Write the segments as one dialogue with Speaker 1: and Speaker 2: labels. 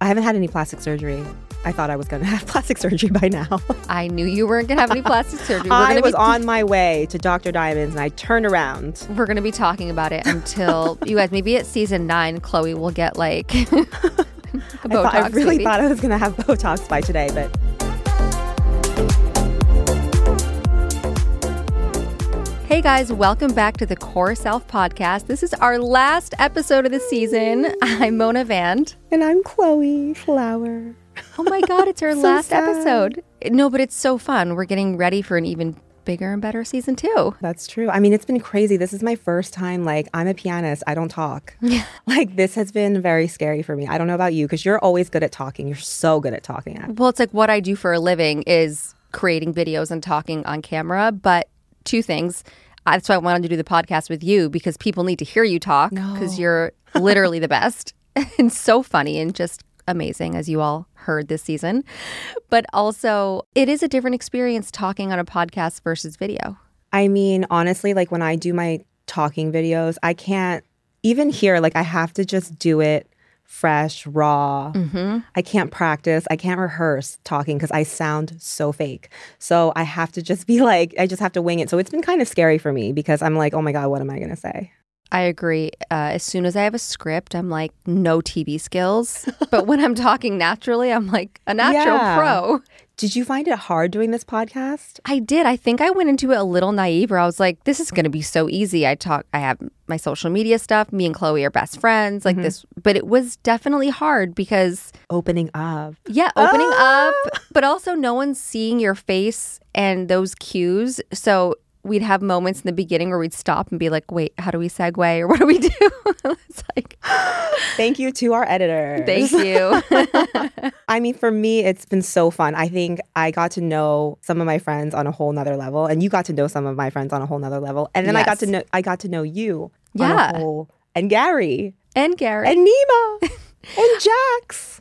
Speaker 1: haven't had any plastic surgery. I thought I was going to have plastic surgery by now.
Speaker 2: I knew you weren't gonna have any plastic surgery. We're
Speaker 1: I
Speaker 2: gonna
Speaker 1: was
Speaker 2: be,
Speaker 1: on my way to Dr. Diamond's and I turned around.
Speaker 2: We're gonna be talking about it until you guys. Maybe at season nine, Chloe will get like Botox.
Speaker 1: I, thought, I really
Speaker 2: maybe.
Speaker 1: thought I was going to have Botox by today, but
Speaker 2: Hey guys, welcome back to the Core Self Podcast. This is our last episode of the season. I'm Mona Vand.
Speaker 1: and I'm Chloe Flower.
Speaker 2: Oh my God, it's our last
Speaker 1: sad.
Speaker 2: episode. No, but it's so fun. We're getting ready for an even bigger and better season two.
Speaker 1: That's true. I mean, it's been crazy. This is my first time. Like, I'm a pianist. I don't talk. like, this has been very scary for me. I don't know about you because you're always good at talking. You're so good at talking. I-
Speaker 2: Well, it's like what I do for a living is creating videos and talking on camera. But two things. I- That's why I wanted to do the podcast with you because people need to hear you talk because you're literally the best and so funny and just amazing, as you all heard this season. But also, it is a different experience talking on a podcast versus video.
Speaker 1: I mean, honestly, like when I do my talking videos, I can't even hear, like, I have to just do it fresh, raw. I can't practice. I can't rehearse talking because I sound so fake. So I have to just be like, I just have to wing it. So it's been kind of scary for me because I'm like, oh my God, what am I going to say?
Speaker 2: I agree. Uh, as soon as I have a script, I'm like, no TV skills. but when I'm talking naturally, I'm like a natural
Speaker 1: Yeah.
Speaker 2: pro.
Speaker 1: Did you find it hard doing this podcast?
Speaker 2: I did. I think I went into it a little naive where I was like, this is going to be so easy. I talk, I have my social media stuff. Me and Chloe are best friends, like this. But it was definitely hard because,
Speaker 1: Opening up.
Speaker 2: yeah, opening up, but also no one's seeing your face and those cues. So we'd have moments in the beginning where we'd stop and be like, wait, how do we segue or what do we do? it's like,
Speaker 1: Thank you to our editor.
Speaker 2: thank you.
Speaker 1: I mean, for me, it's been so fun. I think I got to know some of my friends on a whole nother level, and you got to know some of my friends on a whole nother level, and then I got to
Speaker 2: Yes.
Speaker 1: know I got to know you. On
Speaker 2: Yeah.
Speaker 1: a whole, and Gary
Speaker 2: and Garrett.
Speaker 1: and Nima and Jax.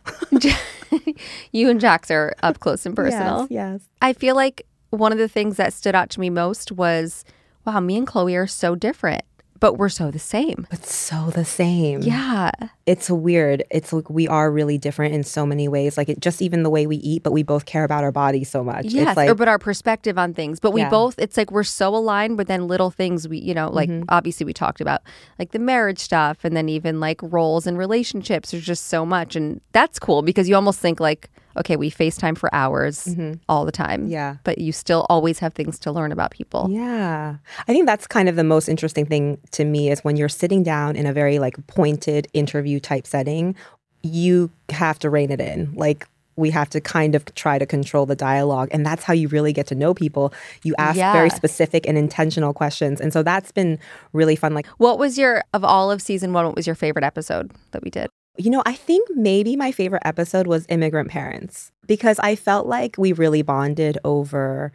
Speaker 2: you and Jax are up close and personal.
Speaker 1: Yes, yes.
Speaker 2: I feel like one of the things that stood out to me most was wow, me and Chloe are so different, but we're so the same.
Speaker 1: But so the same.
Speaker 2: Yeah.
Speaker 1: It's weird. It's like we are really different in so many ways. Like it just even the way we eat, but we both care about our bodies so much.
Speaker 2: Yes.
Speaker 1: It's like
Speaker 2: or, but our perspective on things. But we
Speaker 1: Yeah.
Speaker 2: both, it's like we're so aligned, but then little things we, you know, like
Speaker 1: Mm-hmm.
Speaker 2: obviously we talked about like the marriage stuff and then even like roles and relationships. There's just so much. And that's cool because you almost think like, okay, we FaceTime for hours all the time.
Speaker 1: Mm-hmm. Yeah.
Speaker 2: But you still always have things to learn about people.
Speaker 1: Yeah. I think that's kind of the most interesting thing to me is when you're sitting down in a very like pointed interview type setting, you have to rein it in. Like we have to kind of try to control the dialogue and that's how you really get to know people. You ask very
Speaker 2: Yeah.
Speaker 1: specific and intentional questions. And so that's been really fun like
Speaker 2: What was your, of all of season one, what was your favorite episode that we did?
Speaker 1: You know, I think maybe my favorite episode was Immigrant Parents because I felt like we really bonded over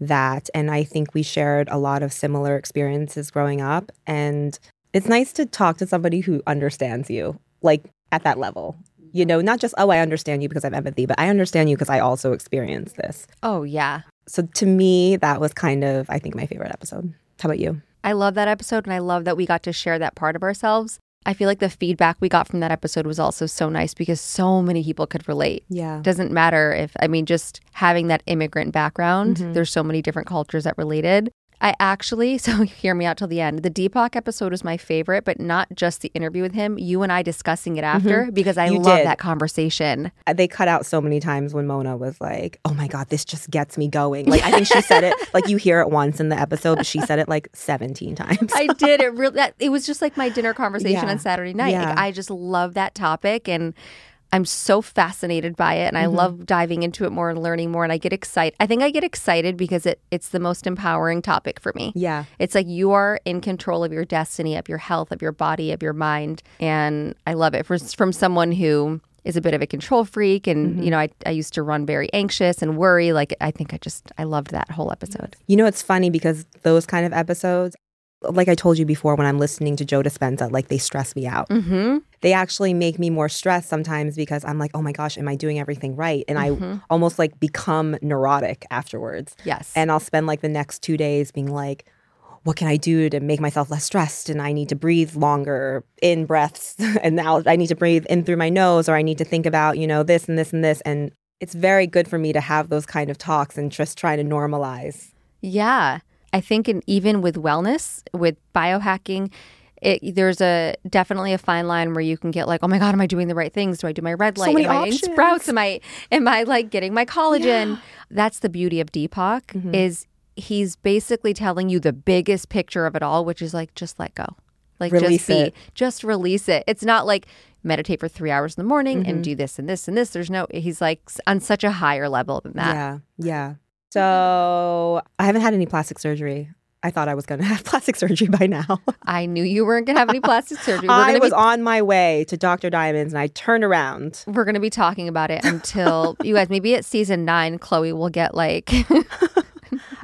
Speaker 1: that. And I think we shared a lot of similar experiences growing up. And it's nice to talk to somebody who understands you, like at that level. You know, not just, oh, I understand you because I have empathy, but I understand you because I also experienced this.
Speaker 2: Oh, yeah.
Speaker 1: So to me, that was kind of, I think, my favorite episode. How about you?
Speaker 2: I love that episode and I love that we got to share that part of ourselves. I feel like the feedback we got from that episode was also so nice because so many people could relate.
Speaker 1: Yeah.
Speaker 2: Doesn't matter if, I mean, just having that immigrant background,
Speaker 1: Mm-hmm.
Speaker 2: there's so many different cultures that related. I actually, so hear me out till the end. The Deepak episode was my favorite, but not just the interview with him, you and I discussing it after because I
Speaker 1: Mm-hmm. You
Speaker 2: love
Speaker 1: did.
Speaker 2: that conversation.
Speaker 1: they cut out so many times when Mona was like, "Oh my god, this just gets me going." Like I think she said it like you hear it once in the episode, but she said it like 17 times.
Speaker 2: I did. It really. That, it was just like my dinner conversation
Speaker 1: Yeah.
Speaker 2: on Saturday night. Like,
Speaker 1: Yeah.
Speaker 2: I just love that topic, and I'm so fascinated by it, and
Speaker 1: Mm-hmm.
Speaker 2: I love diving into it more and learning more. And I get excited. I think I get excited because it it's the most empowering topic for me.
Speaker 1: yeah.
Speaker 2: It's like you are in control of your destiny, of your health, of your body, of your mind, and I love it. For, from someone who is a bit of a control freak, and
Speaker 1: Mm-hmm.
Speaker 2: you know, I, I used to run very anxious and worry. Like I think I just I loved that whole episode.
Speaker 1: You know it's funny because those kind of episodes like I told you before when I'm listening to Joe Dispenza, like they stress me out.
Speaker 2: Mm-hmm.
Speaker 1: They actually make me more stressed sometimes because I'm like, "Oh my gosh, am I doing everything right?" And I
Speaker 2: Mhm.
Speaker 1: almost like become neurotic afterwards.
Speaker 2: Yes.
Speaker 1: And I'll spend like the next 2 days being like, what can I do to make myself less stressed? And I need to breathe longer in breaths. and now I need to breathe in through my nose, or I need to think about, you know, this and this and this. And it's very good for me to have those kind of talks and just try to normalize.
Speaker 2: Yeah. I think and even with wellness, with biohacking, it, there's a definitely a fine line where you can get like, oh my god, am I doing the right things? Do I do my red
Speaker 1: So
Speaker 2: light?
Speaker 1: many
Speaker 2: am I eating
Speaker 1: options.
Speaker 2: sprouts? Am I am I like getting my collagen?
Speaker 1: Yeah. Mm-hmm.
Speaker 2: That's the beauty of Deepak is he's basically telling you the biggest picture of it all, which is like just let go, like
Speaker 1: Release
Speaker 2: just be,
Speaker 1: it.
Speaker 2: just release it. It's not like meditate for three hours in the morning
Speaker 1: Mm-hmm.
Speaker 2: and do this and this and this. There's no. He's like s- on such a higher level than that.
Speaker 1: Yeah. Yeah. So I haven't had any plastic surgery. I thought I was going to have plastic surgery by now.
Speaker 2: I knew you weren't gonna have any plastic surgery. We're
Speaker 1: I
Speaker 2: gonna
Speaker 1: was
Speaker 2: be
Speaker 1: on my way to Dr. Diamond's and I turned around.
Speaker 2: We're going to be talking about it until you guys, maybe at season nine, Chloe will get like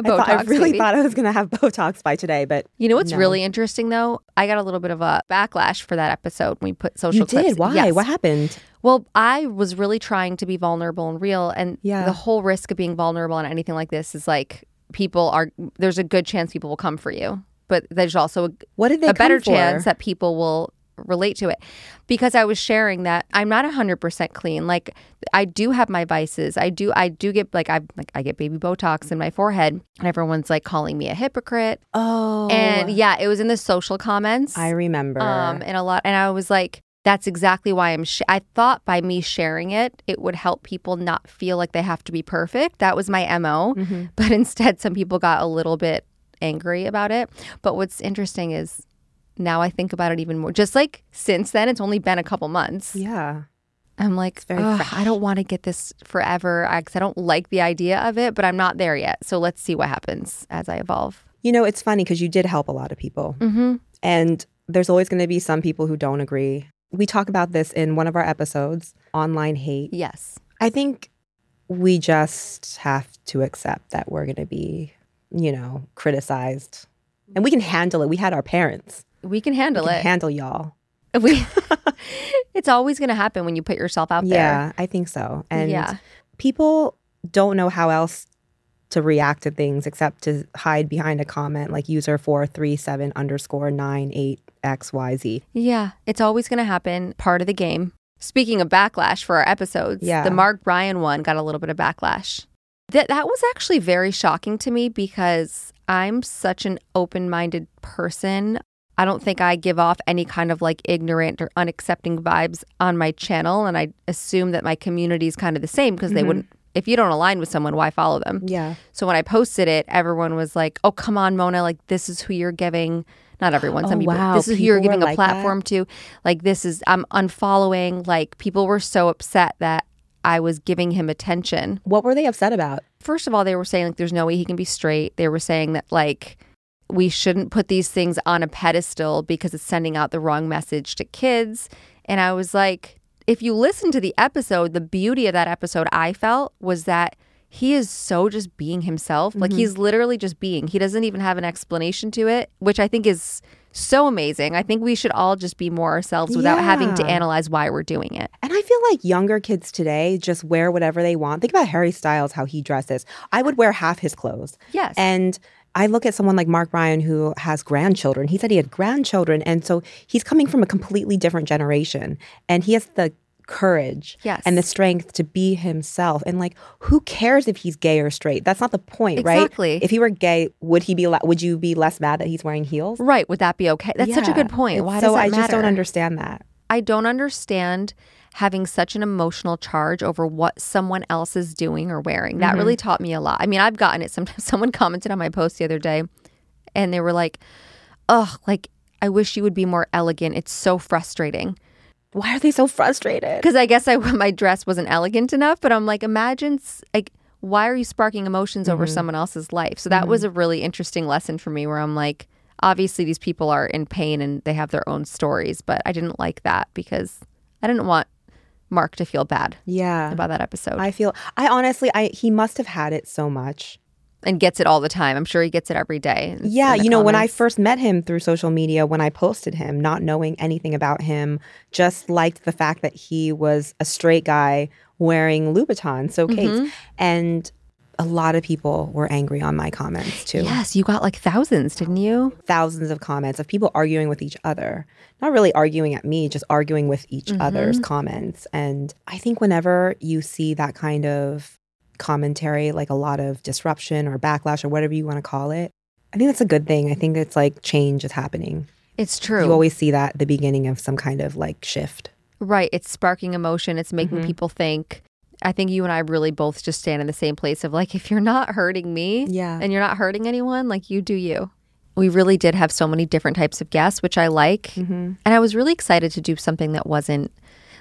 Speaker 2: Botox.
Speaker 1: I, thought, I really
Speaker 2: maybe.
Speaker 1: thought I was going to have Botox by today, but
Speaker 2: you know what's
Speaker 1: No.
Speaker 2: really interesting though? I got a little bit of a backlash for that episode when we put social
Speaker 1: you
Speaker 2: clips.
Speaker 1: did. Why?
Speaker 2: Yes.
Speaker 1: What happened?
Speaker 2: Well, I was really trying to be vulnerable and real. And
Speaker 1: Yeah.
Speaker 2: the whole risk of being vulnerable on anything like this is like people are, there's a good chance people will come for you. But there's also a,
Speaker 1: What did they
Speaker 2: a
Speaker 1: come
Speaker 2: better
Speaker 1: for?
Speaker 2: chance that people will relate to it because I was sharing that I'm not 100% clean like I do have my vices I do I do get like I like I get baby botox in my forehead and everyone's like calling me a hypocrite
Speaker 1: Oh,
Speaker 2: and yeah it was in the social comments
Speaker 1: I remember.
Speaker 2: um and a lot and I was like that's exactly why I'm sh- I thought by me sharing it it would help people not feel like they have to be perfect that was my MO
Speaker 1: Mhm.
Speaker 2: but instead some people got a little bit angry about it but what's interesting is now i think about it even more just like since then it's only been a couple months
Speaker 1: Yeah.
Speaker 2: i'm like
Speaker 1: very
Speaker 2: "Ugh,
Speaker 1: fresh.
Speaker 2: i don't want to get this forever because i don't like the idea of it but i'm not there yet so let's see what happens as i evolve
Speaker 1: You know, it's funny because you did help a lot of people.
Speaker 2: mm-hmm.
Speaker 1: And there's always going to be some people who don't agree. We talk about this in one of our episodes, online hate.
Speaker 2: yes
Speaker 1: I think we just have to accept that we're going to be, you know, criticized. And we can handle it. We had our parents.
Speaker 2: we can
Speaker 1: We
Speaker 2: handle
Speaker 1: can
Speaker 2: it
Speaker 1: handle y'all.
Speaker 2: we it's always going to happen when you put yourself out there
Speaker 1: Yeah, I think so. And
Speaker 2: yeah
Speaker 1: people don't know how else to react to things except to hide behind a comment like user four three seven underscore nine eight X Y Z.
Speaker 2: Yeah, it's always going to happen. Part of the game. Speaking of backlash for our episodes,
Speaker 1: Yeah.
Speaker 2: the Mark Bryan one got a little bit of backlash. That that was actually very shocking to me because I'm such an open-minded person. I don't think I give off any kind of like ignorant or unaccepting vibes on my channel and I assume that my community is kind of the same because they
Speaker 1: Mhm.
Speaker 2: wouldn't if you don't align with someone, why follow them?
Speaker 1: Yeah.
Speaker 2: So when I posted it, everyone was like, "Oh, come on, Mona! Like this is who you're giving." Not everyone. Some
Speaker 1: Oh,
Speaker 2: people.
Speaker 1: wow.
Speaker 2: This is who you're
Speaker 1: People were
Speaker 2: giving a
Speaker 1: like that?
Speaker 2: platform to. Like this is I'm unfollowing. Like people were so upset that I was giving him attention.
Speaker 1: What were they upset about?
Speaker 2: First of all, they were saying like, "There's no way he can be straight." They were saying that like. We shouldn't put these things on a pedestal because it's sending out the wrong message to kids. And I was like, if you listen to the episode, the beauty of that episode I felt was that he is so just being himself.
Speaker 1: Mm-hmm.
Speaker 2: Like he's literally just being. He doesn't even have an explanation to it, which I think is so amazing. I think we should all just be more ourselves without having to
Speaker 1: Yeah.
Speaker 2: analyze why we're doing it.
Speaker 1: And I feel like younger kids today just wear whatever they want. Think about Harry Styles, how he dresses. I would wear half his clothes.
Speaker 2: Yes.
Speaker 1: And I look at someone like Mark Ryan who has grandchildren. He said he had grandchildren. And so he's coming from a completely different generation. And he has the courage
Speaker 2: Yes.
Speaker 1: and the strength to be himself. And like, who cares if he's gay or straight? That's not the point,
Speaker 2: Exactly.
Speaker 1: right? If he were gay, would he be? Le- would you be less mad that he's wearing heels?
Speaker 2: right. Would that be okay? That's such a
Speaker 1: Yeah.
Speaker 2: good point.
Speaker 1: It's-
Speaker 2: Why
Speaker 1: so
Speaker 2: does that
Speaker 1: I just don't
Speaker 2: matter?
Speaker 1: understand that.
Speaker 2: I don't understand having such an emotional charge over what someone else is doing or wearing. That really taught me a lot. I mean, I've gotten it sometimes. Someone commented on my post the other day and they were like, ugh, like, I wish you would be more elegant. It's so frustrating.
Speaker 1: Why are they so frustrated?
Speaker 2: Because I guess I, my dress wasn't elegant enough, but I'm like, imagine, s- like, why are you sparking emotions over
Speaker 1: Mm-hmm.
Speaker 2: someone else's life? So that was a really interesting lesson for me where I'm like, obviously these people are in pain and they have their own stories, but I didn't like that because I didn't want Mark to feel bad
Speaker 1: Yeah.
Speaker 2: about that episode
Speaker 1: I feel I honestly I he must have had it so much.
Speaker 2: and gets it all the time. I'm sure he gets it every day. It's
Speaker 1: Yeah,
Speaker 2: in the
Speaker 1: you know, when I
Speaker 2: comments.
Speaker 1: first met him through social media, when I posted him, not knowing anything about him, just liked the fact
Speaker 2: Mm-hmm.
Speaker 1: that he was a straight guy wearing Louboutin, so Kate. And a lot of people were angry on my comments too.
Speaker 2: Yes, you got like thousands, didn't you?
Speaker 1: Thousands of comments of people arguing with each other, not really arguing at me, just arguing with each
Speaker 2: Mm-hmm.
Speaker 1: other's comments. And I think whenever you see that kind of commentary, like a lot of disruption or backlash or whatever you want to call it, I think that's a good thing. I think it's like change is happening.
Speaker 2: It's true.
Speaker 1: You always see that at the beginning of some kind of like shift.
Speaker 2: right. It's sparking emotion, it's making people think. I think you and I really both just stand in the same place of like, if you're not hurting me
Speaker 1: Yeah.
Speaker 2: and you're not hurting anyone, like you do you. We really did have so many different types of guests, which I like.
Speaker 1: Mm-hmm.
Speaker 2: And I was really excited to do something that wasn't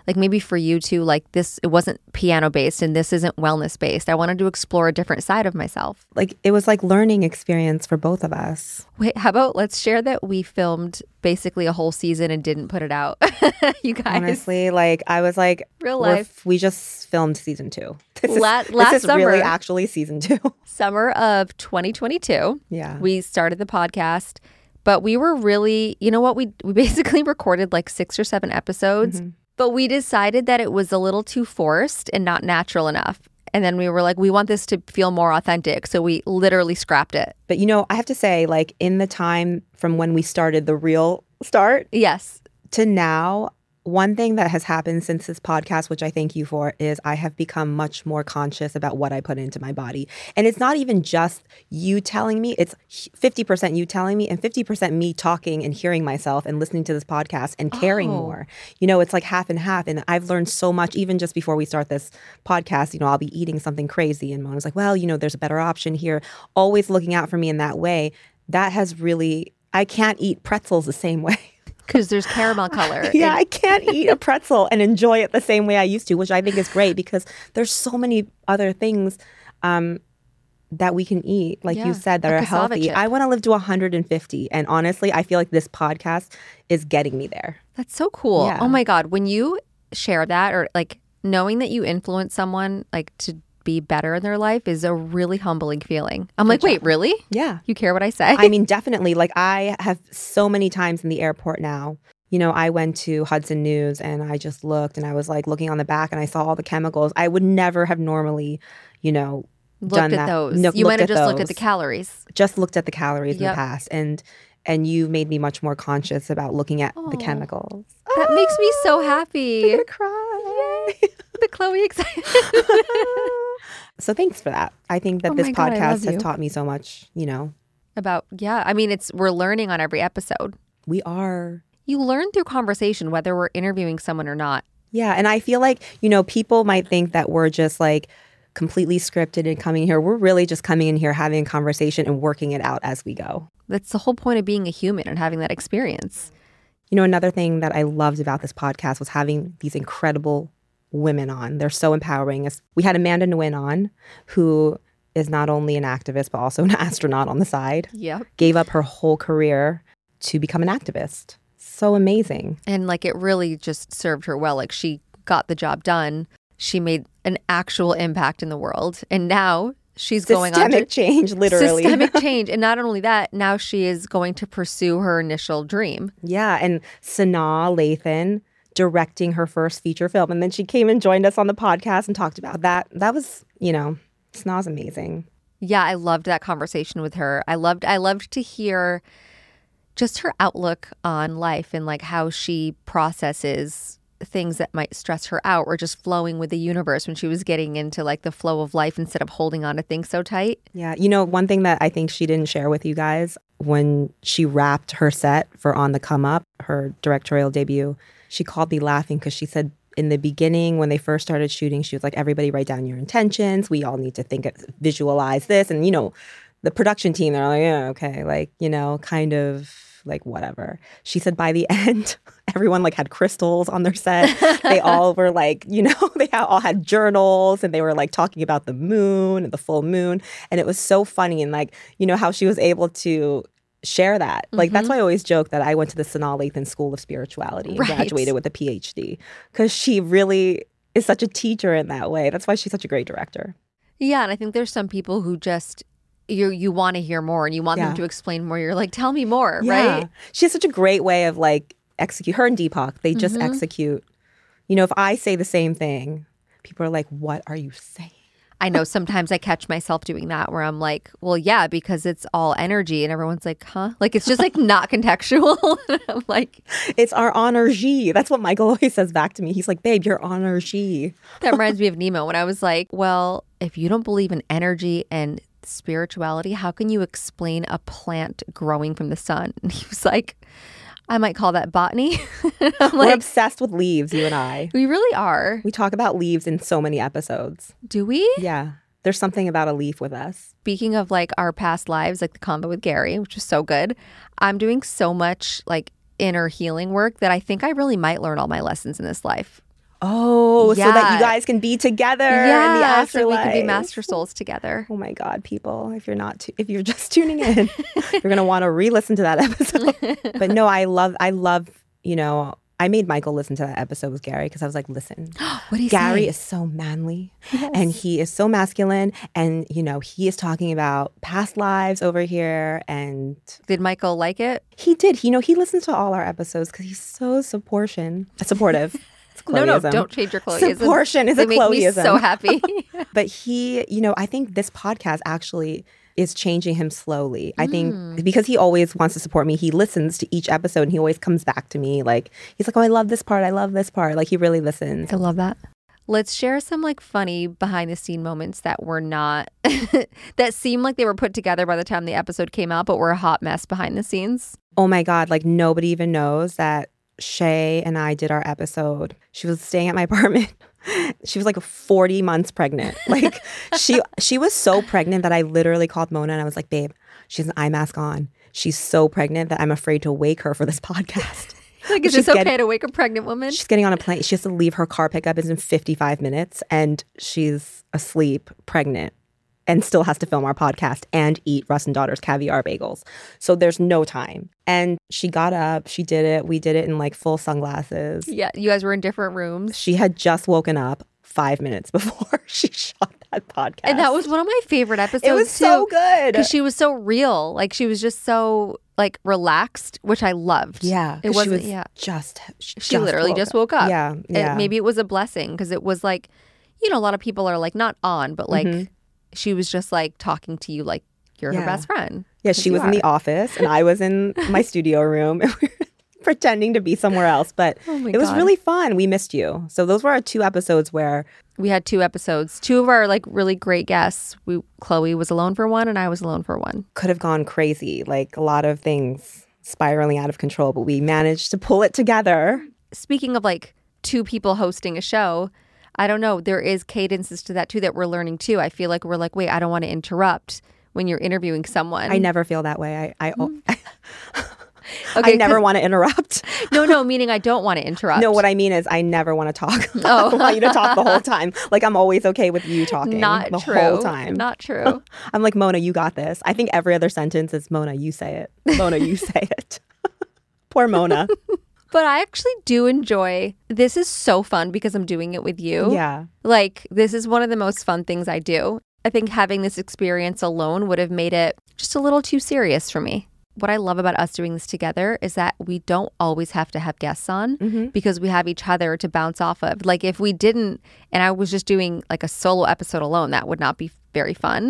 Speaker 2: like maybe for you too, like this, it wasn't piano based and this isn't wellness based. I wanted to explore a different side of myself.
Speaker 1: Like it was like learning experience for both of us.
Speaker 2: Wait, how about let's share that we filmed basically a whole season and didn't put it out? you guys.
Speaker 1: Honestly, like I was like
Speaker 2: Real
Speaker 1: we're-
Speaker 2: life.
Speaker 1: We just filmed season two. This is,
Speaker 2: La-
Speaker 1: this
Speaker 2: last
Speaker 1: is really
Speaker 2: summer.
Speaker 1: actually season two.
Speaker 2: Summer of 2022.
Speaker 1: Yeah.
Speaker 2: We started the podcast, but we were really, you know what? We, we basically recorded like six or seven episodes,
Speaker 1: Mm-hmm.
Speaker 2: but we decided that it was a little too forced and not natural enough. And then we were like, we want this to feel more authentic. So we literally scrapped it.
Speaker 1: But you know, I have to say, like in the time from when we started the real start
Speaker 2: Yes.
Speaker 1: to now, one thing that has happened since this podcast, which I thank you for, is I have become much more conscious about what I put into my body. And it's not even just you telling me, it's 50% you telling me and 50% me talking and hearing myself and listening to this podcast and caring more. You know, it's like half and half. And I've learned so much, even just before we start this podcast, you know, I'll be eating something crazy. And mom's like, well, you know, there's a better option here. Always looking out for me in that way. That has really, I can't eat pretzels the same way.
Speaker 2: Because there's caramel color.
Speaker 1: Yeah, I can't eat a pretzel and enjoy it the same way I used to, which I think is great because there's so many other things um, that we can eat, like
Speaker 2: Yeah,
Speaker 1: you said, that
Speaker 2: a
Speaker 1: are
Speaker 2: cassava
Speaker 1: healthy.
Speaker 2: chip.
Speaker 1: I want to live to 150. And honestly, I feel like this podcast is getting me there.
Speaker 2: That's so cool.
Speaker 1: Yeah.
Speaker 2: Oh my God. When you share that or like knowing that you influence someone like to be better in their life is a really humbling feeling. I'm like, wait, really?
Speaker 1: Yeah.
Speaker 2: You care what I say?
Speaker 1: I mean, definitely. Like, I have so many times in the airport now. You know, I went to Hudson News and I just looked and I was like looking on the back and I saw all the chemicals. I would never have normally, you know,
Speaker 2: looked
Speaker 1: done
Speaker 2: at
Speaker 1: that.
Speaker 2: those.
Speaker 1: No-
Speaker 2: you might have
Speaker 1: looked
Speaker 2: just looked at the
Speaker 1: those.
Speaker 2: calories.
Speaker 1: just looked at the calories in
Speaker 2: Yep.
Speaker 1: the past and and you made me much more conscious about looking at the chemicals.
Speaker 2: That makes me so happy.
Speaker 1: I'm gonna cry.
Speaker 2: the Chloe excited.
Speaker 1: so thanks for that. I think that
Speaker 2: Oh
Speaker 1: this
Speaker 2: my God, I love
Speaker 1: podcast
Speaker 2: you.
Speaker 1: has taught me so much, you know.
Speaker 2: About yeah, I mean it's we're learning on every episode.
Speaker 1: We are
Speaker 2: You learn through conversation whether we're interviewing someone or not.
Speaker 1: yeah, and I feel like, you know, people might think that we're just like completely scripted and coming here. We're really just coming in here having a conversation and working it out as we go.
Speaker 2: That's the whole point of being a human and having that experience.
Speaker 1: You know, another thing that I loved about this podcast was having these incredible women on. They're so empowering. As- We had Amanda Nguyen on, who is not only an activist, but also an astronaut on the side,
Speaker 2: Yep.
Speaker 1: gave up her whole career to become an activist. So amazing.
Speaker 2: And like it really just served her well. Like she got the job done. She made an actual impact in the world. And now she's going on to
Speaker 1: Systemic change, literally.
Speaker 2: systemic change. And not only that, now she is going to pursue her initial dream.
Speaker 1: Yeah. And Sanaa Lathan directing her first feature film. And then she came and joined us on the podcast and talked about that. That was, you know, Sanaa's amazing.
Speaker 2: Yeah, I loved that conversation with her. I loved I loved to hear just her outlook on life and like how she processes things that might stress her out or just flowing with the universe when she was getting into like the flow of life instead of holding on to things so tight.
Speaker 1: Yeah. You know, one thing that I think she didn't share with you guys when she wrapped her set for On the Come Up, her directorial debut, she called me laughing because she said, in the beginning, when they first started shooting, she was like, everybody write down your intentions. We all need to think, of, visualize this. And, you know, the production team, they're like, yeah, okay, like, you know, kind of like whatever. She said by the end, everyone like had crystals on their set. they all were like, you know, they ha- all had journals and they were like talking about the moon and the full moon. And it was so funny and like, you know, how she was able to share that. Like, that's why I always joke that I went to the Sanaa Lathan School of Spirituality and
Speaker 2: Right.
Speaker 1: graduated with a PhD because she really is such a teacher in that way. That's why she's such a great director.
Speaker 2: Yeah, and I think there's some people who just you you want to hear more and you want them
Speaker 1: Yeah.
Speaker 2: to explain more. You're like, tell me more, right?
Speaker 1: right? She has such a great way of like execute her and Deepak. They just
Speaker 2: Mm-hmm.
Speaker 1: execute. You know, if I say the same thing, people are like, "What are you saying?"
Speaker 2: I know sometimes I catch myself doing that where I'm like, well, yeah, because it's all energy. And everyone's like, huh? Like, it's just like not contextual. And I'm like,
Speaker 1: It's our energy. That's what Michael always says back to me. He's like, babe, your energy.
Speaker 2: that reminds me of Nemo when I was like, well, if you don't believe in energy and spirituality, how can you explain a plant growing from the sun? And he was like, I might call that botany. I'm
Speaker 1: We're
Speaker 2: like,
Speaker 1: obsessed with leaves, you and I.
Speaker 2: we really are.
Speaker 1: We talk about leaves in so many episodes.
Speaker 2: Do we?
Speaker 1: Yeah. There's something about a leaf with us.
Speaker 2: Speaking of like our past lives, like the combo with Gary, which was so good, I'm doing so much like inner healing work that I think I really might learn all my lessons in this life.
Speaker 1: Oh, so that
Speaker 2: Yeah.
Speaker 1: you guys can be together in the
Speaker 2: Yeah, so
Speaker 1: afterlife.
Speaker 2: we can be master souls together.
Speaker 1: Oh my God, people! If you're not, tu- if you're just tuning in, you're gonna want to re-listen to that episode. but no, I love, I love. You know, I made Michael listen to that episode with Gary because I was like, listen,
Speaker 2: What do you
Speaker 1: Gary is so manly, and he is so masculine, and you know, he is talking about past lives over here, and
Speaker 2: Did Michael like it?
Speaker 1: he did. You know, he listens to all our episodes because he's so supportion, supportive. It's
Speaker 2: No, no,
Speaker 1: Chloeism.
Speaker 2: don't change your Chloeism.
Speaker 1: Supportion is
Speaker 2: they
Speaker 1: a
Speaker 2: make me
Speaker 1: Chloeism.
Speaker 2: so happy.
Speaker 1: But he, you know, I think this podcast actually is changing him slowly. I think because he always wants to support me, he listens to each episode and he always comes back to me. Like, he's like, oh, I love this part. I love this part. Like, he really listens.
Speaker 2: I love that. Let's share some like funny behind the scene moments that were not that seemed like they were put together by the time the episode came out, but were a hot mess behind the scenes.
Speaker 1: Oh my God. Like, nobody even knows that Shay and I did our episode. She was staying at my apartment. She was like 40 months pregnant. Like she she was so pregnant that I literally called Mona and I was like, "Babe, she has an eye mask on. She's so pregnant that I'm afraid to wake her for this podcast."
Speaker 2: Like, is
Speaker 1: She's
Speaker 2: this okay
Speaker 1: getting-
Speaker 2: to wake a pregnant woman?
Speaker 1: She's getting on a plane. She has to leave her car pickup is in 55 minutes and she's asleep, pregnant, and still has to film our podcast and eat Russ and Daughter's caviar bagels. So there's no time. And she got up, she did it. We did it in like full sunglasses.
Speaker 2: Yeah, you guys were in different rooms.
Speaker 1: She had just woken up five minutes before she shot that podcast.
Speaker 2: And that was one of my favorite episodes.
Speaker 1: it was so good.
Speaker 2: because she was so real. Like she was just so like relaxed, which I loved.
Speaker 1: yeah.
Speaker 2: it
Speaker 1: 'cause
Speaker 2: wasn't.
Speaker 1: She was
Speaker 2: yeah,
Speaker 1: Just, she
Speaker 2: she literally
Speaker 1: woke
Speaker 2: just woke up.
Speaker 1: Yeah.
Speaker 2: It-
Speaker 1: Yeah.
Speaker 2: maybe it was a blessing because it was like, you know, a lot of people are like not on, but like she was just like talking to you like you're her
Speaker 1: Mm-hmm. Yeah.
Speaker 2: best friend.
Speaker 1: Yeah,
Speaker 2: 'Cause
Speaker 1: she
Speaker 2: you
Speaker 1: was in the
Speaker 2: are.
Speaker 1: office and I was in my studio room and we were pretending to be somewhere else. But
Speaker 2: Oh my
Speaker 1: it was
Speaker 2: God.
Speaker 1: really fun. We missed you. So those were our two episodes where
Speaker 2: We had two episodes. Two of our like really great guests. We Chloe was alone for one, and I was alone for one.
Speaker 1: could have gone crazy, like a lot of things spiraling out of control, but we managed to pull it together.
Speaker 2: speaking of like two people hosting a show, I don't know, there is cadences to that too that we're learning too. I feel like we're like, wait, I don't want to interrupt when you're interviewing someone.
Speaker 1: I never feel that way. I I,
Speaker 2: Mm-hmm. Okay,
Speaker 1: I never want to interrupt.
Speaker 2: 'cause- No, no, meaning I don't want to interrupt.
Speaker 1: No, what I mean is I never want to talk. Oh. I want you to talk the whole time. Like I'm always okay with you talking
Speaker 2: not
Speaker 1: the
Speaker 2: true.
Speaker 1: whole time.
Speaker 2: Not true.
Speaker 1: I'm like, Mona, you got this. I think every other sentence is Mona, you say it. Mona, you say it. Poor Mona.
Speaker 2: but I actually do enjoy. This is so fun because I'm doing it with you.
Speaker 1: yeah.
Speaker 2: Like, this is one of the most fun things I do. I think having this experience alone would have made it just a little too serious for me. What I love about us doing this together is that we don't always have to have guests on
Speaker 1: Mm-hmm.
Speaker 2: because we have each other to bounce off of. Like, if we didn't, and I was just doing like a solo episode alone, that would not be very fun.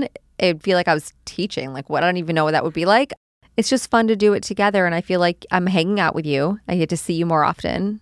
Speaker 2: It'd feel like I was teaching. Like, what? I don't even know what that would be like. It's just fun to do it together. And I feel like I'm hanging out with you. I get to see you more often.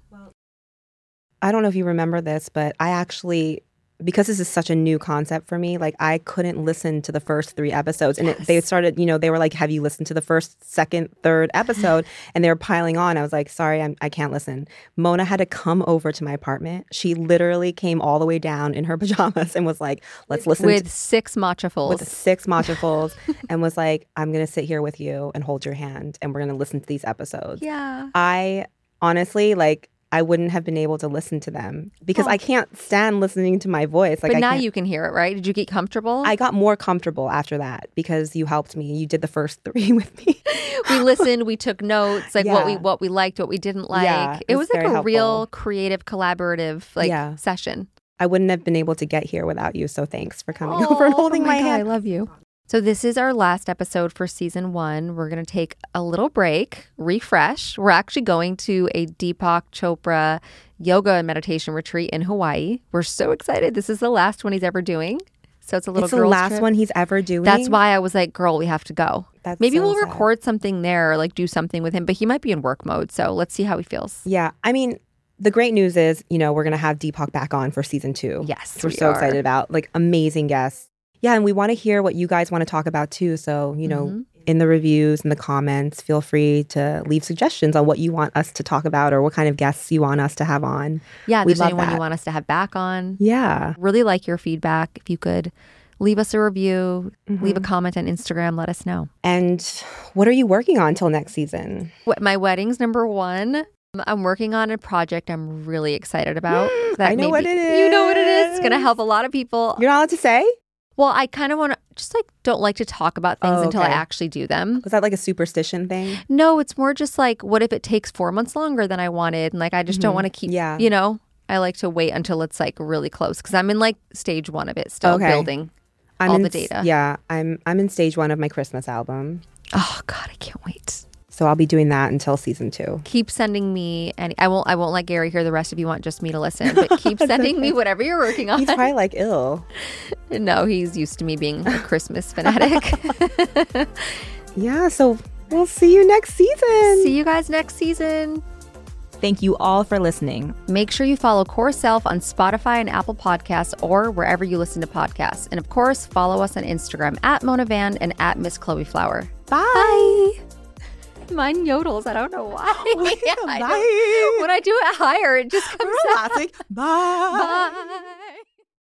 Speaker 1: I don't know if you remember this, but I actually, because this is such a new concept for me, like I couldn't listen to the first three episodes. And it, they started, you know, they were like, Have you listened to the first, second, third episode? and they were piling on. I was like, Sorry, I'm, I can't listen. Mona had to come over to my apartment. She literally came all the way down in her pajamas and was like, Let's listen to
Speaker 2: with six matcha folds.
Speaker 1: with six matcha folds and was like, I'm going to sit here with you and hold your hand and we're going to listen to these episodes.
Speaker 2: Yeah.
Speaker 1: I honestly, like, I wouldn't have been able to listen to them because I can't stand listening to my voice. Like,
Speaker 2: but
Speaker 1: I
Speaker 2: now
Speaker 1: can't-
Speaker 2: you can hear it, right? Did you get comfortable?
Speaker 1: I got more comfortable after that because you helped me. You did the first three with me.
Speaker 2: we listened, we took notes, like what we
Speaker 1: Yeah.
Speaker 2: what we liked, what we didn't like.
Speaker 1: Yeah,
Speaker 2: it
Speaker 1: it
Speaker 2: was
Speaker 1: was
Speaker 2: like a
Speaker 1: very
Speaker 2: real
Speaker 1: helpful.
Speaker 2: creative, collaborative like
Speaker 1: Yeah.
Speaker 2: session.
Speaker 1: I wouldn't have been able to get here without you. So thanks for coming over and
Speaker 2: Oh, oh
Speaker 1: holding my,
Speaker 2: God,
Speaker 1: hand.
Speaker 2: I love you. So this is our last episode for season one. We're gonna take a little break, refresh. We're actually going to a Deepak Chopra yoga and meditation retreat in Hawaii. We're so excited. This is the last one he's ever doing. So it's a little
Speaker 1: it's the
Speaker 2: girl's
Speaker 1: last
Speaker 2: trip.
Speaker 1: one he's ever doing.
Speaker 2: That's why I was like, girl, we have to go.
Speaker 1: That's
Speaker 2: Maybe
Speaker 1: so
Speaker 2: we'll
Speaker 1: sad.
Speaker 2: record something there or like do something with him, but he might be in work mode. So let's see how he feels.
Speaker 1: Yeah. I mean, the great news is, you know, we're going to have Deepak back on for season two.
Speaker 2: Yes.
Speaker 1: Which we're
Speaker 2: we
Speaker 1: so
Speaker 2: are.
Speaker 1: excited about. Like, amazing guests. Yeah. And we want to hear what you guys want to talk about too. So, you know,
Speaker 2: Mhm.
Speaker 1: in the reviews and the comments, feel free to leave suggestions on what you want us to talk about or what kind of guests you want us to have on.
Speaker 2: Yeah. If
Speaker 1: we
Speaker 2: there's
Speaker 1: love
Speaker 2: anyone
Speaker 1: that.
Speaker 2: you want us to have back on.
Speaker 1: Yeah.
Speaker 2: Really like your feedback. If you could leave us a review, leave a comment on Instagram, let us know.
Speaker 1: Mm-hmm. And what are you working on till next season?
Speaker 2: Wh- My wedding's number one. Um, I'm working on a project I'm really excited about.
Speaker 1: I know what it
Speaker 2: You know what it is. It's going to
Speaker 1: is.
Speaker 2: help a lot of people.
Speaker 1: You're not allowed to say?
Speaker 2: Well, I kind of want to just like don't like to talk about things
Speaker 1: Oh,
Speaker 2: until I
Speaker 1: okay.
Speaker 2: actually do them.
Speaker 1: Was that like a superstition thing?
Speaker 2: No, it's more just like, what if it takes four months longer than I wanted? And like, I just don't
Speaker 1: Mhm.
Speaker 2: want to keep,
Speaker 1: Yeah.
Speaker 2: you know, I like to wait until it's like really close because I'm in like stage one of it still
Speaker 1: Okay.
Speaker 2: building.
Speaker 1: I'm
Speaker 2: all
Speaker 1: in
Speaker 2: the
Speaker 1: s-
Speaker 2: data.
Speaker 1: Yeah, I'm I'm in stage one of my Christmas album,
Speaker 2: Oh God, I can't wait.
Speaker 1: so I'll be doing that until season two.
Speaker 2: Keep sending me and I won't, I won't let Gary hear the rest if you want just me to listen, but keep sending me whatever you're working on.
Speaker 1: He's probably like ill.
Speaker 2: no, he's used to me being a Christmas fanatic.
Speaker 1: Yeah, so we'll see you next season.
Speaker 2: See you guys next season.
Speaker 3: Thank you all for listening.
Speaker 2: Make sure you follow Core Self on Spotify and Apple Podcasts or wherever you listen to podcasts. And of course, follow us on Instagram at Mona Van and at Miss Chloe Flower. Bye. Mine yodels. I don't know why. I don't-
Speaker 1: Bye.
Speaker 2: when I do it higher, it just comes out.
Speaker 1: Classic. Bye.
Speaker 2: Bye.